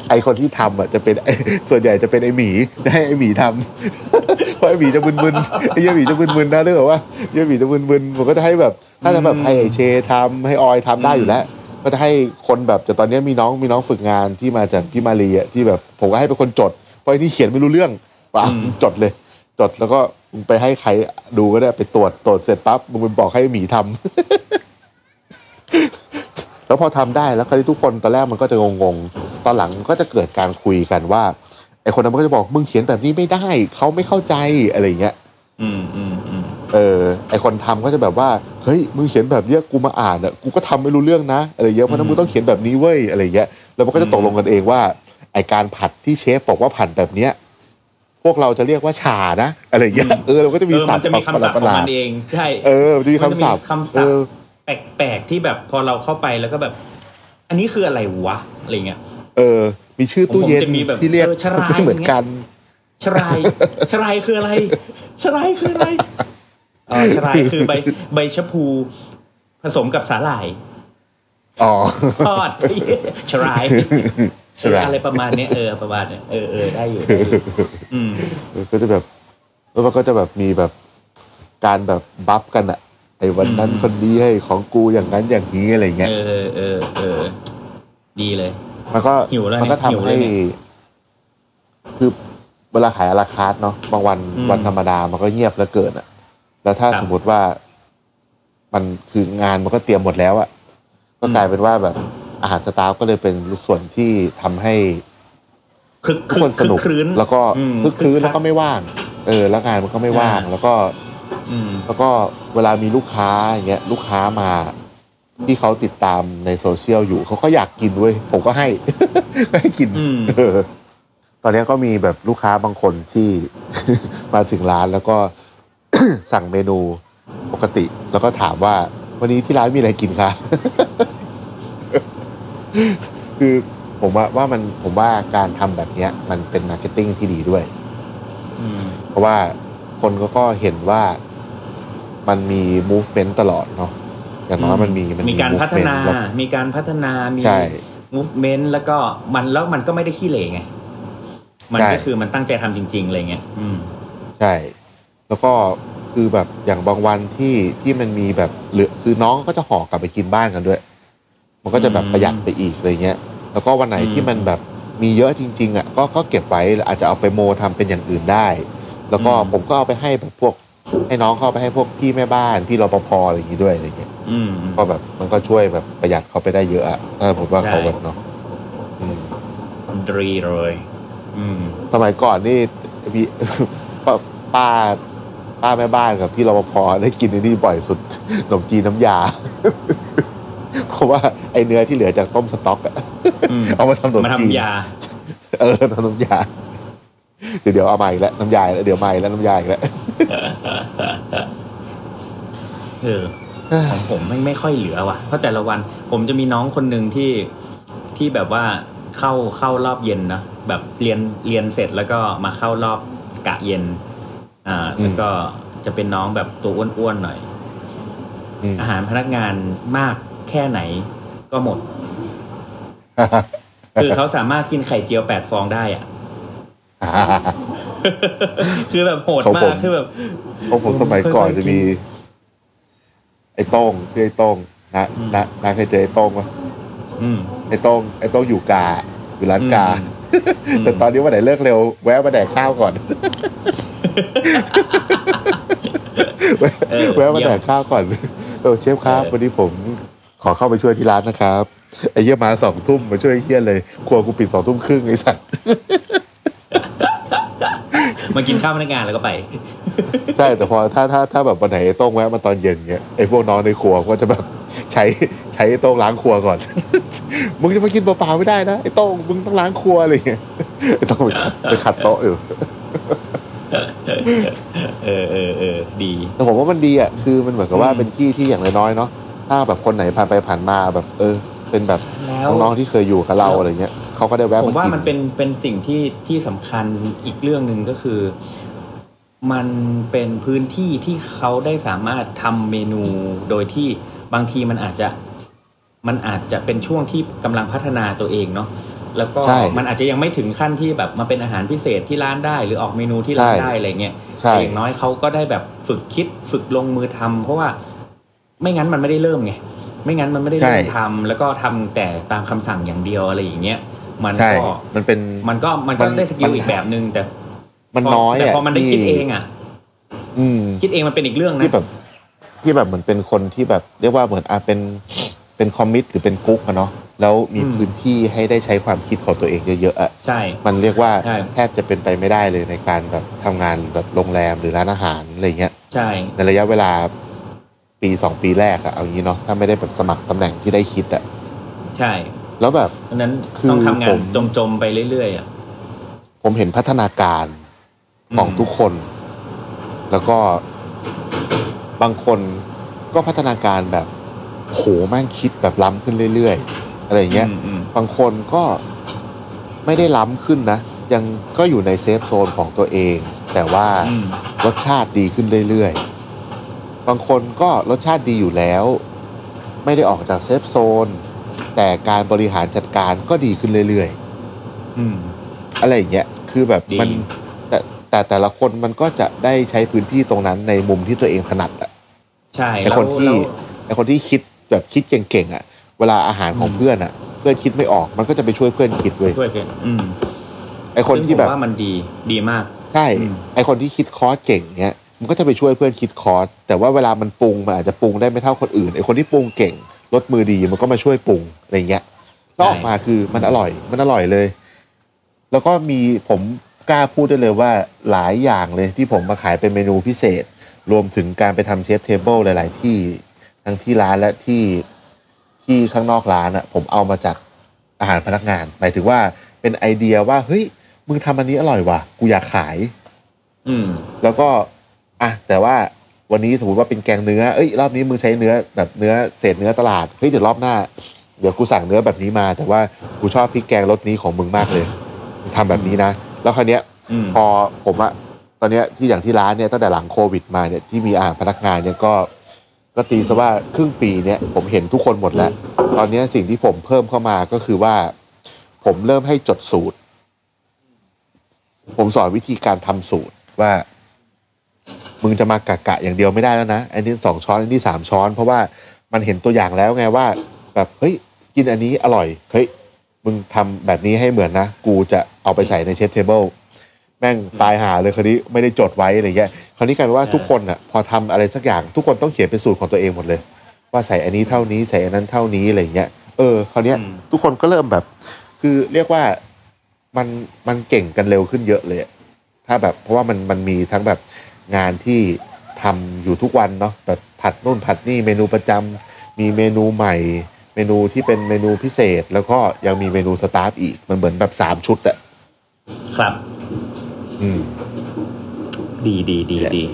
ไอคนที่ทำอ่ะจะเป็น *laughs* ไอ้ส่วนใหญ่จะเป็นไอหมีจะให้ไอหมีทำ *laughs* เพราะไอหมีจะมึนๆไอเหี้ยหมีจะมึนๆนะเรื่องว่าเหี้ยหมีจะมึนๆผมก็จะให้แบบ ถ้าจะแบบ
อืม
ให้ไอ้เชทำให้ออยทำได้
อืม
อยู่แล้ว ก็จะให้คนแบบแต่ตอนเนี้ยมีน้องมีน้องฝึกงานที่มาจากพี่มาลีอ่ะที่แบบผมก็ให้เป็นคนจดเพราะไอ้นี่เขียนไม่รู้เรื่องป่ะจดเลย จดแล้วก็ มึงไปให้ใครดูก็ได้ไปตรวจตรวจเสร็จปั๊บมึงไปบอกให้หมีทำ *laughs* แล้วพอทำได้แล้วคราวนี้ทุกคนตอนแรกมันก็จะงงๆ ตอนหลังมันก็จะเกิดการคุยกันว่าไอคนนั้นมันก็จะบอกมึงเขียนแบบนี้ไม่ได้เขาไม่เข้าใจอะไรอย่างเงี้ย
อืมอืมอืม
เออไอคนทำก็จะแบบว่าเฮ้ยมึงเขียนแบบเนี้ยกูมาอ่านอ่ะกูก็ทำไม่รู้เรื่องนะอะไรเงี้ยเพราะฉะนั้นมึงต้องเขียนแบบนี้เว้ยอะไรเงี้ยแล้วมันก็จะตกลงกันเองว่าไอการผัดที่เชฟบอกว่าผัดแบบเนี้ยพวกเราจะเรียกว่าฉานะอะไรเงี้ยเออเราก็จะมี
เออ
ศั
มั
พ
น
ท์
จะมีคำศัพท์
ป
ของ
ระหลา
มั
ด
นเองใช่
ๆเออมันจะมีคำศัพท์
มันจะมีคำศัพท์
เออ
แปลกๆที่แบบพอเราเข้าไปแล้วก็แบบ อันนี้คืออะไรวะอะไรเงี้ย
เออ มีชื่อตู้เย็น
ของผมจะมีแบบ
ที่เรียก
เออชราย
ไม่เหมือนกัน
ชรายชรายคืออะไรชรายคืออะไรเออชรายคือใบใบชะพูผสมกับสาหร่าย
อ๋อ
ทอด *laughs* ชราย
ชราย
เอออะไรประมาณเนี้ยเออประมาณเนี้ยเออเออได้อยู่ได้อยู่อืม
เออก็จะแบบแล้วมันก็จะแบบมีแบบการแบบบัฟกันอะไอ้วันนั้น
อืม
คนนี้ให้ของกูอย่างนั้นอย่างนี้อะไรเงี้ย
เออเออเออดีเลย
มันก็
หิวแล้ว
มัก็ทำ
เนี่ยหิวเล
ให้
ยเนี่ย
คือเวลาขายอาราคาร์ทเนาะบางวัน
อืม
วันธรรมดามันก็เงียบแล้วเกินอะแล้วถ้า
ครับ
สมมติว่ามันคืองานมันก็เตรียมหมดแล้วอะก็
อืม
กลายเป็นว่าแบบอาหารสตาฟก็เลยเป็นส่วนที่ทำให้
คึก
ทุ
คึ
ก
ก
คนสนุก
ครื้น
แล้วก็
อืม
คึกคืน
คั
แล้วก็ไม่ว่าง เออ แล้วงานมันก็ไม่ว่าง แล้วก็
อืม
แล้วก็เวลามีลูกค้าอย่างเงี้ยลูกค้ามา ที่เขาติดตามในโซเชียลอยู่เขาก็อยากกินเว้ยผมก็ให้ *laughs* ก็ให้กิน
อืม
เออตอนเนี้ยก็มีแบบลูกค้าบางคนที่ *laughs* มาถึงร้านแล้วก็ *coughs* สั่งเมนูปกติ แล้วก็ถามว่า วันนี้ที่ร้านมีอะไรกินคะ *laughs* คือผมว่าว่ามันผมว่าการทำแบบเนี้ย มันเป็นมาร์เก็ตติ้งที่ดีด้วย
อืม
เพราะว่าคนก็ก็เห็นว่ามันมี movement ตลอดเนาะอย่างน้อยมันมีมัน
มีการพัฒนา
แล้ว
มีการพัฒนา มี
ใช่
movement แล้วก็มันแล้วมันก็ไม่ได้ขี้เหร่ไง มัน
ใช่
ก็คือมันตั้งใจทำจริง ๆ อะไรเงี้ยอืม
ใช่ แล้วก็คือแบบอย่างบางวันที่ที่มันมีแบบเหลือคือน้องก็จะห่อกลับไปกินบ้านกันด้วย มันก็จะแบบ
อืม
ประหยัดไปอีกอะไรเงี้ย แล้วก็วันไหน
อืม
ที่มันแบบมีเยอะจริง ๆอ่ะก็ก็เก็บไว้อาจจะเอาไปโมทำเป็นอย่างอื่นได้ แล้วก็ผมก็เอาไปให้แบบพวก ให้น้องเข้าไปให้พวกพี่แม่บ้านพี่รปภอะไรอย่างงี้ด้วยอะไรเงี้ย
อืมอืม
ก็แบบมันก็ช่วยแบบประหยัดเขาไปได้เยอะอะถ้าผมว่า
ใช่
เขาแบบเนาะอืม
ดรีเลยอืม
สมัยก่อนนี่ *laughs* มี ป้าป้าป้าแม่บ้านกับพี่รปภได้กินไอ้นี่บ่อยสุด *laughs* ขนมจีนน้ำยา *laughs* เพราะว่าไอเนื้อที่เหลือจากต้มสต๊อกอะ *laughs*
อืม
เอามาทำขนม
มา
จีน
ทำยา
เออทำน้ำยา *laughs* เดี๋ยวเดี๋ยวเอามาอีกแล้วน้ำยาอีกแล้วเดี๋ยวมาอีกแล้วน้ำยาอีกแล้ว *laughs*
เออ ของผมไม่ไม่ค่อยเหลือว่ะ เพราะแต่ละวันผมจะมีน้องคนหนึ่งที่ที่แบบว่าเข้าเข้ารอบเย็นนะแบบเรียนเรียนเสร็จแล้วก็มาเข้ารอบกะเย็น อ่า
อืม
แล้วก็จะเป็นน้องแบบตัวอ้วนๆหน่อย
อืม
อาหารพนักงานมากแค่ไหนก็หมด คือเขาสามารถกินไข่เจียวแปดฟองได้อ่ะ *laughs* คือแบบโหด
ของ
มา
ผ
ก
ม
คือแบบ
*laughs* เพราะผมสมัยก่อนจะมี ไอ้โต้งชื่อไอ้โต้งนะนะนะเคยเจอไอ้โต้งปะ
อืม
ไอ้โต้งไอ้โต้งอยู่กาอยู่ร้านกา
อืม
แต่ตอนนี้วันไหนเลิกเร็ว แวะมาแดกข้าวก่อน
เออ
แวะมา
เยี่ยม
แดกข้าวก่อนเออเชฟครับ
เออ
วันนี้ผมขอเข้าไปช่วยที่ร้านนะครับไอ้เยี่ยมาสองทุ่มมาช่วยไอ้เฮี้ยเลยครัวกูปิดสองทุ่มครึ่งไอ้สัตว์
มากินข้าวพนักงานแล้วก็ไป *laughs*
ใช่แต่พอถ้าถ้าถ้าแบบวันไหนไอ้โต้งแวะมาตอนเย็นเงี้ยไอ้พวกน้องในครัวก็จะแบบใช้ใช้ไอ้โต้งล้างครัวก่อน *laughs* มึงจะมากินเปล่าๆไม่ได้นะไอ้โต้งมึงต้องล้างครัวอะไรเงี้ยไอ้โต้งไปขัดไปขัดโต๊ะอยู่
เออเออเออดี
แต่ผมว่ามันดีอ่ะ คือมันเหมือนกับว่า
อืม
เป็นที่ที่อย่างน้อยๆเนาะ ถ้าแบบคนไหนผ่านไปผ่านมาแบบ เออ เป็นแบบ
แล้ว
น้องๆที่เคยอยู่กับเราอะไรเงี้ยเขาก็ได้
ผม
แวะาม
ว่า
กิน
มันเป็นเป็นสิ่งที่ที่สำคัญอีกเรื่องหนึ่งก็คือ มันเป็นพื้นที่ที่เขาได้สามารถทำเมนูโดยที่บางทีมันอาจจะมันอาจจะเป็นช่วงที่กำลังพัฒนาตัวเองเนาะแล้วก็
ใช่
มันอาจจะยังไม่ถึงขั้นที่แบบมาเป็นอาหารพิเศษที่ร้านได้ หรือออกเมนูที่ร้าน
ใช่
ได้อะไรเงี้ย
ใช่
แต่อย่างน้อยเขาก็ได้แบบฝึกคิดฝึกลงมือทำเพราะว่าไม่งั้นมันไม่ได้เริ่มไง ไม่งั้นมันไม่ได้เริ่ม
ใช่
ทำแล้วก็ทำแต่ตามคำสั่งอย่างเดียวอะไรอย่างเงี้ยมัน
ใช่
ก็
มันเป็น
มันก็มันก็
มัน
ได้สกิล
มัน
อีกแบบหนึ่งแต่
มันน้อย
แต่
อ่ะ
พอมันได้
ที่
คิดเองอ่ะ
อืม
คิดเองมันเป็นอีกเรื่องนะ
ที่แบบที่แบบเหมือนเป็นคนที่แบบ เรียกว่าเหมือนอาเป็นเป็นคอมมิตหรือเป็นกุ๊กอะเนาะแล้วมีพื้นที่ให้ได้ใช้ความคิดของตัวเองเยอะๆอะ
ใช่
มันเรียกว่า
ใช่
แทบจะเป็นไปไม่ได้เลยในการแบบทำงานแบบโรงแรมหรือร้านอาหารอะไรเงี้ย
ใช่
ในระยะเวลาปีสองปีแรกอะเอางี้เนาะถ้าไม่ได้แบบสมัครตำแหน่งที่ได้คิดอะ
ใช่
แล้วแบบ
เพราะฉะนั้น
คือ
ต้องทำงา
ผ
น
ม
จมๆไปเรื่อยๆอ่ะ
ผมเห็นพัฒนาการ
อืม
ของทุกคน แล้วก็บางคนก็พัฒนาการแบบโหแม่งคิดแบบล้ำขึ้นเรื่อยๆ อะไรเงี้ย
อืมอืม
บางคนก็ไม่ได้ล้ำขึ้นนะ ยังก็อยู่ในเซฟโซนของตัวเอง แต่ว่า
อืม
รสชาติดีขึ้นเรื่อยๆ บางคนก็รสชาติดีอยู่แล้ว ไม่ได้ออกจากเซฟโซน แต่การบริหารจัดการก็ดีขึ้นเรื่อย
อืม
ๆ อะไรอย่างเงี้ย คือแบบมัน
ดี
แต่แต่แต่ละคนมันก็จะได้ใช้พื้นที่ตรงนั้นในมุมที่ตัวเองถนัดอะ
ใช่
ไอ้คนที่
แล้ว
ไอคนที่คิดแบบคิดเก่งๆอะเวลาอาหารของ
อืม
เพื่อนอะเพื่อนคิดไม่ออกมันก็จะไปช่วยเพื่อนคิดเว้ย
แล้วช่วยกันอืม
ไอคนที่
ซึ่งผม
แบบ
ว่ามันดีดีมาก
ใช่
อืม
ไอคนที่คิดคอร์สเก่งเนี้ยมันก็จะไปช่วยเพื่อนคิดคอร์สแต่ว่าเวลามันปรุงมันอาจจะปรุงได้ไม่เท่าคนอื่นไอคนที่ปรุงเก่งรสมือดีมันก็มาช่วยปรุงอะไรเงี้ยแล้วออกมาคือมันอร่อยมันอร่อยเลย แล้วก็มีผมกล้าพูดได้เลยว่าหลายอย่างเลยที่ผมมาขายเป็นเมนูพิเศษ รวมถึงการไปทำเชฟเทเบิลหลาย ๆ ที่ทั้งที่ร้านและที่ที่ข้างนอกร้านอะผมเอามาจากอาหารพนักงาน หมายถึงว่าเป็นไอเดียว่าเฮ้ยมึงทำอันนี้อร่อยว่ะกูอยากขาย
อืม
แล้วก็อ่ะแต่ว่าวันนี้สมมติว่าเป็นแกงเนื้อเอ้ยรอบนี้มึงใช้เนื้อแบบเนื้อเศษเนื้อตลาดเฮ้ยเดี๋ยวรอบหน้า เดี๋ยวกูสั่งเนื้อแบบนี้มา แต่ว่ากูชอบพริกแกงรสนี้ของมึงมากเลยมึงทำแบบนี้นะ แล้วคราวเนี้ย
อืม
พอผมอะตอนเนี้ยที่อย่างที่ร้านเนี่ยตั้งแต่หลังโควิดมาเนี่ยที่มีอาหารพนักงานเนี่ยก็ก็ตีซะว่าครึ่งปีเนี่ยผมเห็นทุกคนหมดแล้ว ตอนเนี้ยสิ่งที่ผมเพิ่มเข้ามาก็คือว่า ผมเริ่มให้จดสูตร ผมสอนวิธีการทำสูตรว่า มึงจะมากะกะอย่างเดียวไม่ได้แล้วนะอันนี้สองช้อนอันนี้สามช้อน เพราะว่ามันเห็นตัวอย่างแล้วไงว่า แบบเฮ้ยกินอันนี้อร่อยเฮ้ย มึงทำแบบนี้ให้เหมือนนะ กูจะเอาไปใส่ในเชฟเทเบิลแม่งตายหาเลยคราวนี้ไม่ได้จดไว้อะไรเงี้ยคราวนี้กลายเป็นว่าทุกคนอ่ะพอทำอะไรสักอย่างทุกคนต้องเขียนเป็นสูตรของตัวเองหมดเลย ว่าใส่อันนี้เท่านี้ใส่อันนั้นเท่านี้อะไรเงี้ยเออคราวเนี้ยทุกคนก็เริ่มแบบ คือเรียกว่ามันมันเก่งกันเร็วขึ้นเยอะเลยอะถ้าแบบเพราะว่ามันมันมีทั้งแบบงานที่ทำอยู่ทุกวันเนาะแบบผัดนู่นผัดนี่เมนูประจำมีเมนูใหม่ เมนูที่เป็นเมนูพิเศษแล้วก็ยังมีเมนูสตาร์ฟอีกมันเหมือนแบบสามชุดอะ
ครับ
อืม
ดีดีดี
เนี่ย
ดี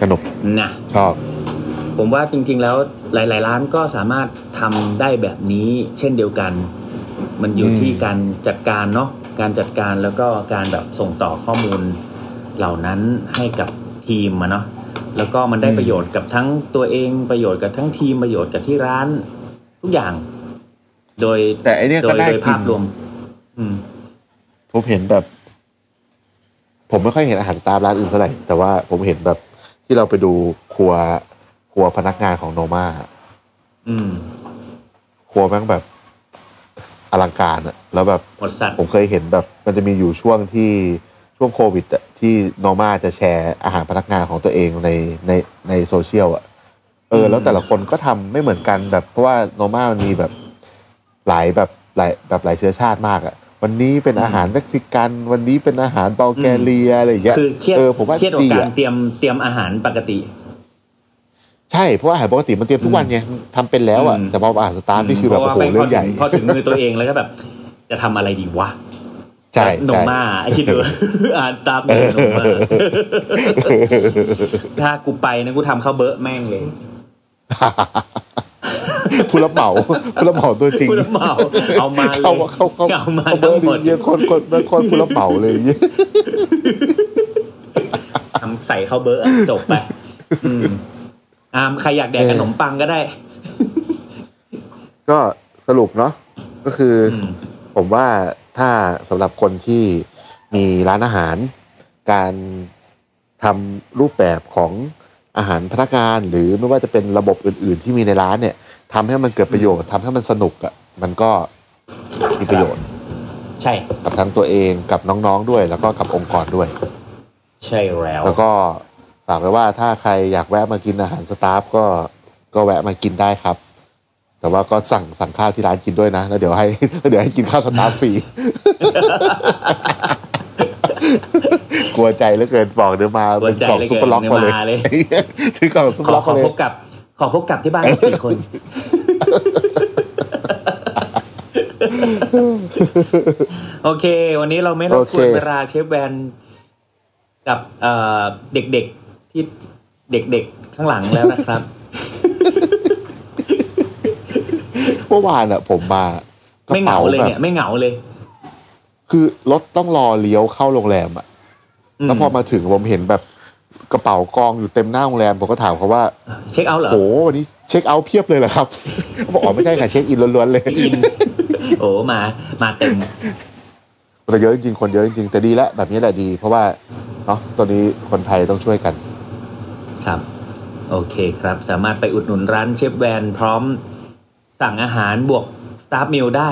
สนุก
นะ
ชอบ
ผมว่าจริง ๆ แล้วหลาย ๆ ร้านก็สามารถทำได้แบบนี้ เช่นเดียวกัน มันอยู่
อืม
ที่การจัดการเนาะการจัดการแล้วก็การแบบส่งต่อข้อมูล เหล่านั้นให้กับทีมอะเนาะแล้วก็มันได้ประโยชน์กับทั้งตัวเองประโยชน์กับทั้งทีมประโยชน์กับที่ร้าน ทุกอย่าง โดย
แต่ไอเนี้ย
โด
ก็
ย
น่า
โดย
กิ
ภาน พรวม อืม
ผมเห็นแบบ ผมไม่ค่อยเห็นอาหารตามร้านอื่นเท่าไหร่ แต่ว่าผมเห็นแบบที่เราไปดูครัวครัวพนักงานของโนมา
อืม
ครัวแม่งแบบอลังการอะแล้วแบบ
หมดสัตว์
ผมเคยเห็นแบบมันจะมีอยู่ช่วงที่ช่วงโควิดอะที่โนมาจะแชร์อาหารพนักงานของตัวเองในในในโซเชียลอะเออ แล้วแต่ละคนก็ทำไม่เหมือนกันแบบเพราะว่าโนมามันมีแบบหลายแบบหลายแบบหลายเชื้อชาติมากอะวันนี้เป็นอาหารเม็กซิกัน วันนี้เป็นอาหารเบลแกเรียอะไรอย่างเงี้ย
คือเครียด
เออผมว่า
เครียดกับ
ดี
การ
อะ
เตรียมเตรียมอาหารปกติ
ใช่เพราะว่าอาหารปกติมันเตรียมทุกวันไงมันทำเป็นแล้วอะ
อืม
แต่พออาหารสตาร์ทนี่คือแบบ
เพ
โอ้
ราะว่า
โห
ไม่
เรื่องใหญ่
พอถึงพอถึงมือตัวเองแล้วก็แบบ จะทำอะไรดีวะ
ใช่
โน
ใช่
มาไอ้คิดดู *laughs* อ่านตามโนมา ถ้ากูไปนะกูทำข้าวเบอะแม่งเลย
*laughs* ผู้รับเหมาผู้รับเหมาตัวจริง
ผู้รับเหมาเอามาเลย
เข้าเข้าเข้า
เอามา
เบอร์
ทั้งหมด
ดีเยอะคนคนคนคนผู้รับเหมาเลย *laughs* เยอะ
ทำใส่ข้าวเบอะจบไปอืมอ่ามใครอยากแดกขนมปังก็ได้
ก็สรุปเนาะก็คือ
อื
อ
ม
ผมว่าถ้าสำหรับคนที่มีร้านอาหาร การทำรูปแบบของอาหารพนักงาน หรือไม่ว่าจะเป็นระบบอื่น ๆ ที่มีในร้านเนี่ยทำให้มันเกิดประโยชน์ทำให้มันสนุกอะ่ะมันก็มีประโยชน์
ใช่
กับทั้งตัวเองกับน้องๆด้วย แล้วก็กับองค์กรด้วย
ใช่แล้ว
แล้วก็ฝากไว้ว่าถ้าใครอยากแวะมากินอาหารสตาฟก็ก็แวะมากินได้ครับ แต่ว่าก็สั่งสั่งข้าวที่ร้านกินด้วยนะแล้วเดี๋ยวให้ *laughs* แล้วเดี๋ยวให้กินข้าวสตาฟฟรี *laughs* กลัวใจเหลือเกินบอกเดี๋ยวมาเป็นกล่องซุปเปอร์ล็อกมาเลย
เลย
*laughs* ถือกล่องซุป
ข
เปอร์
อ
ล็อก
ขอ
มาเล
พ
ย
บกับ ขอพบกับที่
*laughs*
บ้านสี่คน โอเค วันนี้เราไม่รบกวน
โอเค
เวลาเชฟแวนกับเอ่อเด็กๆที่เด็กๆข้างหลังแล้วนะครับ
เมื่อวานอ่ะ ผมมากระ
ไม่
ป๋าง
เหาเลย
แบบ
เนี่ยไม่เหงาเลย
คือรถต้องรอเลี้ยวเข้าโรงแรมอ่ะ
ม
แล้วพอมาถึงผมเห็นแบบกระเป๋ากองอยู่เต็มหน้าโรงแรมผมก็ถามเขาว่า
เช็คเอาท์เหรอ
โหวันนี้เช็คเอาท์เพียบเลยเหรอครับ *laughs* เขาบอกอ๋อไม่ใช่ค่ะเช็คอินล้วนๆเลย
อิน *laughs* โอ้มามาเต็ม
แต่เยอะจริงๆคนเยอะจริงๆแต่ดีแล้วแบบนี้แหละดี เพราะว่าเนาะตอนนี้คนไทยต้องช่วยกัน
ครับ โอเคครับ สามารถไปอุดหนุนร้านเชฟแวนพร้อมสั่งอาหารบวกสตาฟมิลได้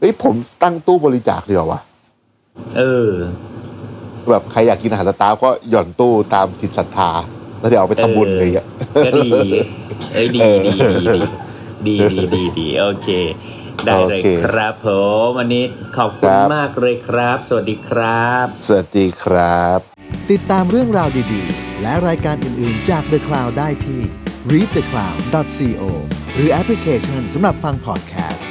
เอ้ยผมตั้งตู้บริจาคเดียวาวะ
เออ
แบบใครอยากกินอาหารสตาร์ก็หย่อนตู้ตามจิตศรัทธาแล้วเดี๋ยวเอาไปทำบุญเลยอ่ะ
ก็ดี เอ้ยดี
เออ
ดีดีดีดีดีดีโอเค ได้เลย
โอเค
ครับผมวันนี้ขอบคุ
ค
ณ
รับ
มากเลยครับ สวัสดีครับ
สวัสดีครับ
ติดตามเรื่องราวดีๆ และรายการอื่นๆจาก The Cloud ได้ที่ readthecloud.co หรือแอปพลิเคชันสำหรับฟัง podcast